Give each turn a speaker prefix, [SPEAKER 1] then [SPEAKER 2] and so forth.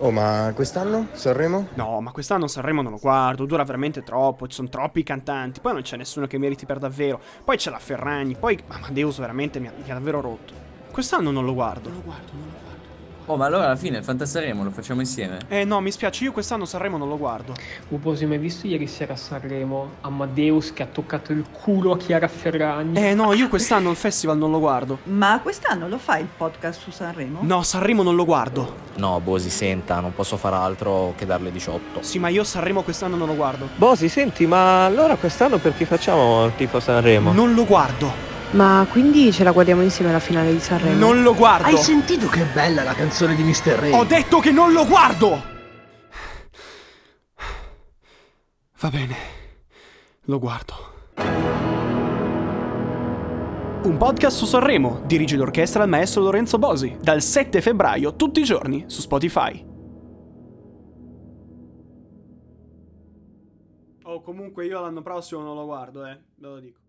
[SPEAKER 1] Oh, ma quest'anno? Sanremo?
[SPEAKER 2] No, ma quest'anno Sanremo non lo guardo, dura veramente troppo, ci sono troppi cantanti, poi non c'è nessuno che meriti per davvero, poi c'è la Ferragni, poi Amadeus veramente mi ha, mi ha davvero rotto. Quest'anno non lo guardo. Non lo guardo, non lo guardo.
[SPEAKER 3] Oh, ma allora alla fine il Fantasaremo lo facciamo insieme?
[SPEAKER 2] Eh no, mi spiace, io quest'anno Sanremo non lo guardo.
[SPEAKER 4] Uposi, mi hai visto ieri sera a Sanremo Amadeus che ha toccato il culo a Chiara Ferragni?
[SPEAKER 2] Eh no, io quest'anno il festival non lo guardo.
[SPEAKER 5] Ma quest'anno lo fai il podcast su Sanremo?
[SPEAKER 2] No, Sanremo non lo guardo.
[SPEAKER 6] No, Bosi, senta, non posso fare altro che darle 18.
[SPEAKER 2] Sì, ma io Sanremo quest'anno non lo guardo.
[SPEAKER 7] Bosi, Boh, senti, ma allora quest'anno perché facciamo il tifo Sanremo?
[SPEAKER 2] Non lo guardo.
[SPEAKER 8] Ma quindi ce la guardiamo insieme alla finale di Sanremo?
[SPEAKER 2] Non lo guardo.
[SPEAKER 9] Hai sentito che bella la canzone di Mr. Ray?
[SPEAKER 2] Ho detto che non lo guardo! Va bene, lo guardo. Un podcast su Sanremo, dirige l'orchestra il maestro Lorenzo Bosi, dal 7 febbraio tutti i giorni su Spotify. Oh, comunque io l'anno prossimo non lo guardo, eh, ve lo dico.